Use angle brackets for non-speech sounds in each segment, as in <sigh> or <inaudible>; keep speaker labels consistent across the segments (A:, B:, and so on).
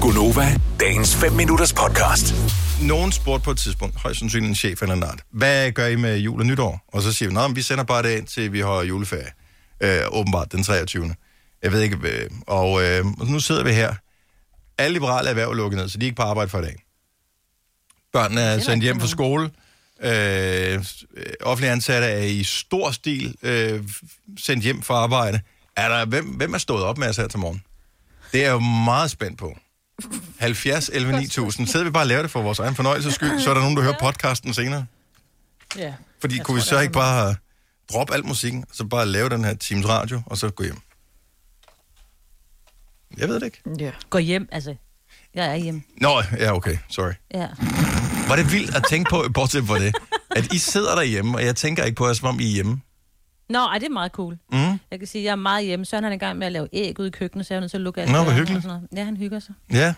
A: Gunova, dagens 5 minutters podcast.
B: Nogen spurgte på et tidspunkt, højst sandsynligt en chef eller en art, hvad gør I med jul og nytår? Og så siger vi, at vi sender bare det ind, til vi har juleferie. Øh, åbenbart den 23. Jeg ved ikke, øh, og øh, og nu sidder vi her. Alle liberale erhverv er lukket ned, så de er ikke på arbejde for i dag. Børnene er sendt hjem fra skole. Øh, offentlige ansatte er i stor stil øh, sendt hjem fra arbejde. Er der, hvem, hvem er stået op med os her til morgen? Det er jeg jo meget spændt på. 70 11 9000. Sidder vi bare og laver det for vores egen fornøjelses skyld, så er der nogen, der hører podcasten senere.
C: Ja.
B: Fordi jeg kunne vi så ikke bare droppe al musikken, og så bare lave den her Teams Radio, og så gå hjem? Jeg ved det ikke.
D: Ja.
C: Gå hjem, altså. Jeg er hjemme.
B: Nå, ja, okay, sorry.
C: Ja.
B: Var det vildt at tænke på, <laughs> bortset fra det, at I sidder derhjemme, og jeg tænker ikke på jer, som om I er hjemme.
C: Nå, ej, det er meget cool. Mm. Jeg kan sige, at jeg er meget hjemme. Søren han er i gang med at lave æg ud i køkkenet, så jeg er nødt til at lukke alt.
B: Nå, hvor
C: dørene og
B: hyggeligt.
C: sådan noget. Ja, han hygger sig.
B: Ja,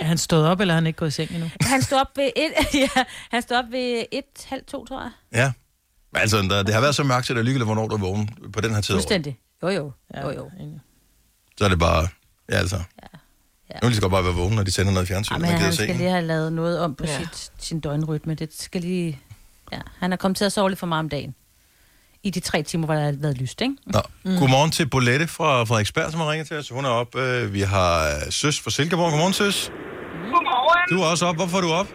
D: Er han stået op, eller er han ikke gået i seng endnu?
C: Han står op ved et, <laughs> ja, han står op ved et, halvt, to, tror jeg.
B: ja. Altså, der, det har været så mørkt, at det er ligegyldigt, hvornår du er vågen på den her tid. af året.
C: Fuldstændig. Jo, jo. Jo, jo.
B: Så er det bare, ja altså. Ja. Ja. Nu vil de skal bare være vågen, når de sender noget fjernsyn.
C: Ja,
B: Ja,
C: men
B: man gider
C: han
B: se.
C: skal
B: ikke?
C: lige have lavet noget om på
D: Ja.
C: ja. sit, sin døgnrytme. Det skal lige... Ja, han er kommet til at sove lidt for meget om dagen. I de tre timer, hvor der har været lyst, ikke?
B: Nå. Mm. Godmorgen til Bolette fra Frederiksberg, som har ringet til os. Hun er op. Øh, Vi har øh, Søs fra Silkeborg. Godmorgen, Søs.
E: Godmorgen.
B: Du er også op. Hvorfor er du op?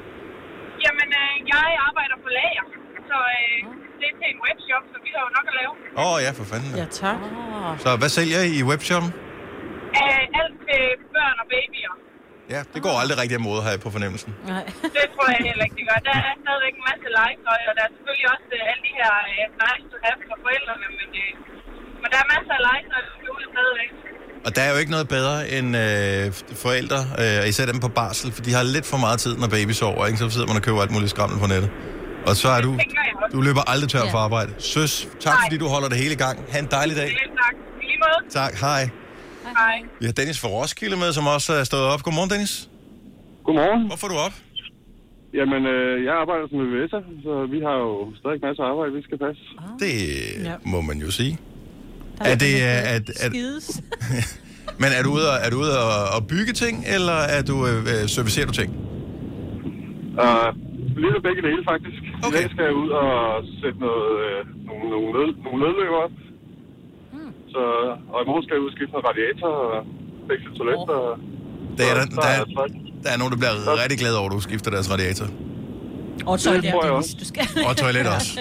E: Jamen, øh, jeg arbejder på lager, så øh, det er til en webshop, så vi har jo nok at lave.
B: Åh oh, ja, for fanden. Ja.
D: Ja, tak.
B: Så hvad sælger I i webshoppen?
E: Øh, alt til børn og babyer,
B: Ja, det går aldrig rigtig af mode, har jeg på fornemmelsen.
C: Nej.
E: det tror jeg heller ikke, det gør. Der er stadigvæk en masse legetøj, og der er selvfølgelig også øh, alle de her øh, nice to have for forældrene, men, øh, men der er masser af legetøj, der skal ud stadigvæk.
B: Og der er jo ikke noget bedre end øh, forældre, øh, og især dem på barsel, for de har lidt for meget tid, når baby sover, ikke? Så sidder man og køber alt muligt skrammel på nettet. Og så er du,
E: tænker jeg også.
B: du løber aldrig tør
C: Ja.
B: for arbejde. Søs, tak
E: Nej.
B: fordi du holder det hele i gang. Ha' en dejlig dag.
E: Det er tak. I lige måde.
B: Tak, hej.
E: Hej.
B: Vi har Dennis fra Roskilde med, som også er stået op. Godmorgen, Dennis.
F: Godmorgen.
B: Hvorfor er du op?
F: Jamen, øh, jeg arbejder som VVS'er, så vi har jo stadig masser af arbejde, vi skal passe.
B: Det ja.
D: Ja.
B: må man jo sige. <laughs> Er
C: <laughs>
B: det, øh, at, at, <laughs>
D: Skides.
B: men er du ude, og, er du ude og, og bygge ting, eller er du, øh, øh, servicerer du ting?
F: Og lidt af begge dele, faktisk.
B: Okay.
F: Okay. I dag skal jeg ud og sætte noget, øh, nogle, nogle, nød, nogle nødløber op. Mm. Så, og i morgen skal jeg ud og skifte noget radiator og fikse toilet.
C: Åh.
F: Og,
B: Der er, der,
F: så,
B: der, er,
F: så, så,
B: der er nogen, der bliver rigtig glade over, at du skifter deres radiator.
C: Og så er det,
F: tror jeg
C: Dennis,
F: også.
C: du skal...
B: Og toilet
F: <laughs>
B: også.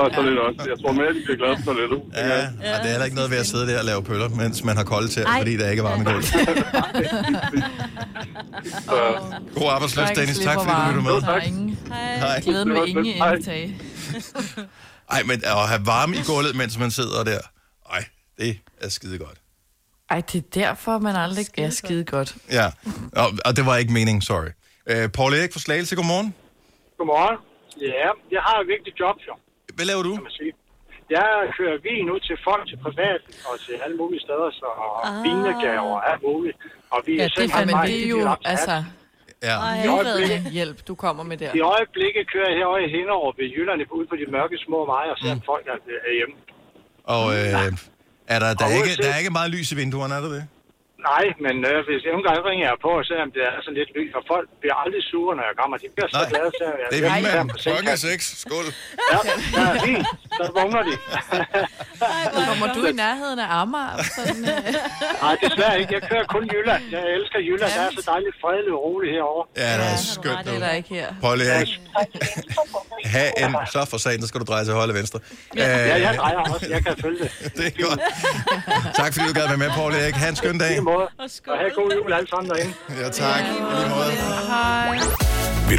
F: og toilet også. Jeg tror mere, at de bliver glade for toilettet.
B: Ja, ja. Og det er heller ikke noget ved at sidde der og lave pøller, mens man har kolde til,
C: Ej.
B: fordi der ikke er varme i gulvet.
F: Så,
B: God arbejdsløs, Dennis. Tak fordi du lytter
F: Jo,
B: med.
F: tak.
B: Hej.
D: Glæder
F: Det
D: med
F: var
D: ingen
F: fedt. Hej.
D: indtag.
B: Ej, men at have varme i gulvet, mens man sidder der. Ej, det er skide godt.
G: Ej, det er derfor, man aldrig skide er skide godt.
B: Ja, og, og det var ikke meningen, sorry. Øh, Paul Erik fra Slagelse, godmorgen.
H: Godmorgen. Ja, jeg har et vigtigt job, jo,
B: Hvad laver du?
H: kan man sige. Jeg kører vin ud til folk, til privat og til alle mulige steder, så og vinegaver og alt muligt. Og vi
D: Ja,
H: er
D: det
H: selv
D: er
G: Men
D: fandme
H: meget
G: det er
H: i
G: jo,
H: de lapser.
G: altså,
B: Ja.
G: den hjælp, du kommer med der.
H: I øjeblikket kører jeg herovre i Hinderup ved Jylland ude på de mørke små veje og ser, mm. folk er, er hjemme.
B: Og øh, er der, der, er ikke,
H: uanset-
B: der er ikke meget lys i vinduerne, er der det?
H: Nej, men øh, hvis jeg nogle gange ringer jeg på og ser, om det er sådan lidt lys, og folk bliver aldrig sure, når jeg kommer. De bliver så
B: Nej.
H: glade, så jeg
B: Det er
H: jeg ser
B: vildmanden.
H: dem på sengen.
B: Klokken 6. Skål.
H: Ja, der er vin, så vågner de.
G: Kommer du i nærheden af Amager? Sådan, <laughs> øh,
H: Nej, desværre ikke. Jeg kører kun Jylland. Jeg elsker Jylland. Der er så dejligt fredeligt og roligt herovre.
B: Ja, det er
G: Ja,
B: skønt.
G: det er
B: Nu.
G: der ikke her.
B: Paul Erik, have en... Så for sagen, så skal du dreje til højre eller venstre.
H: Ja,
B: Øh,
H: jeg drejer også. Jeg kan
B: <laughs>
H: følge det.
B: det er godt. tak fordi du gad være med, Paul Erik. Ha' en skøn dag.
H: I lige måde. Og have god jul alle sammen derinde.
B: Ja, tak. I lige måde.
A: Vil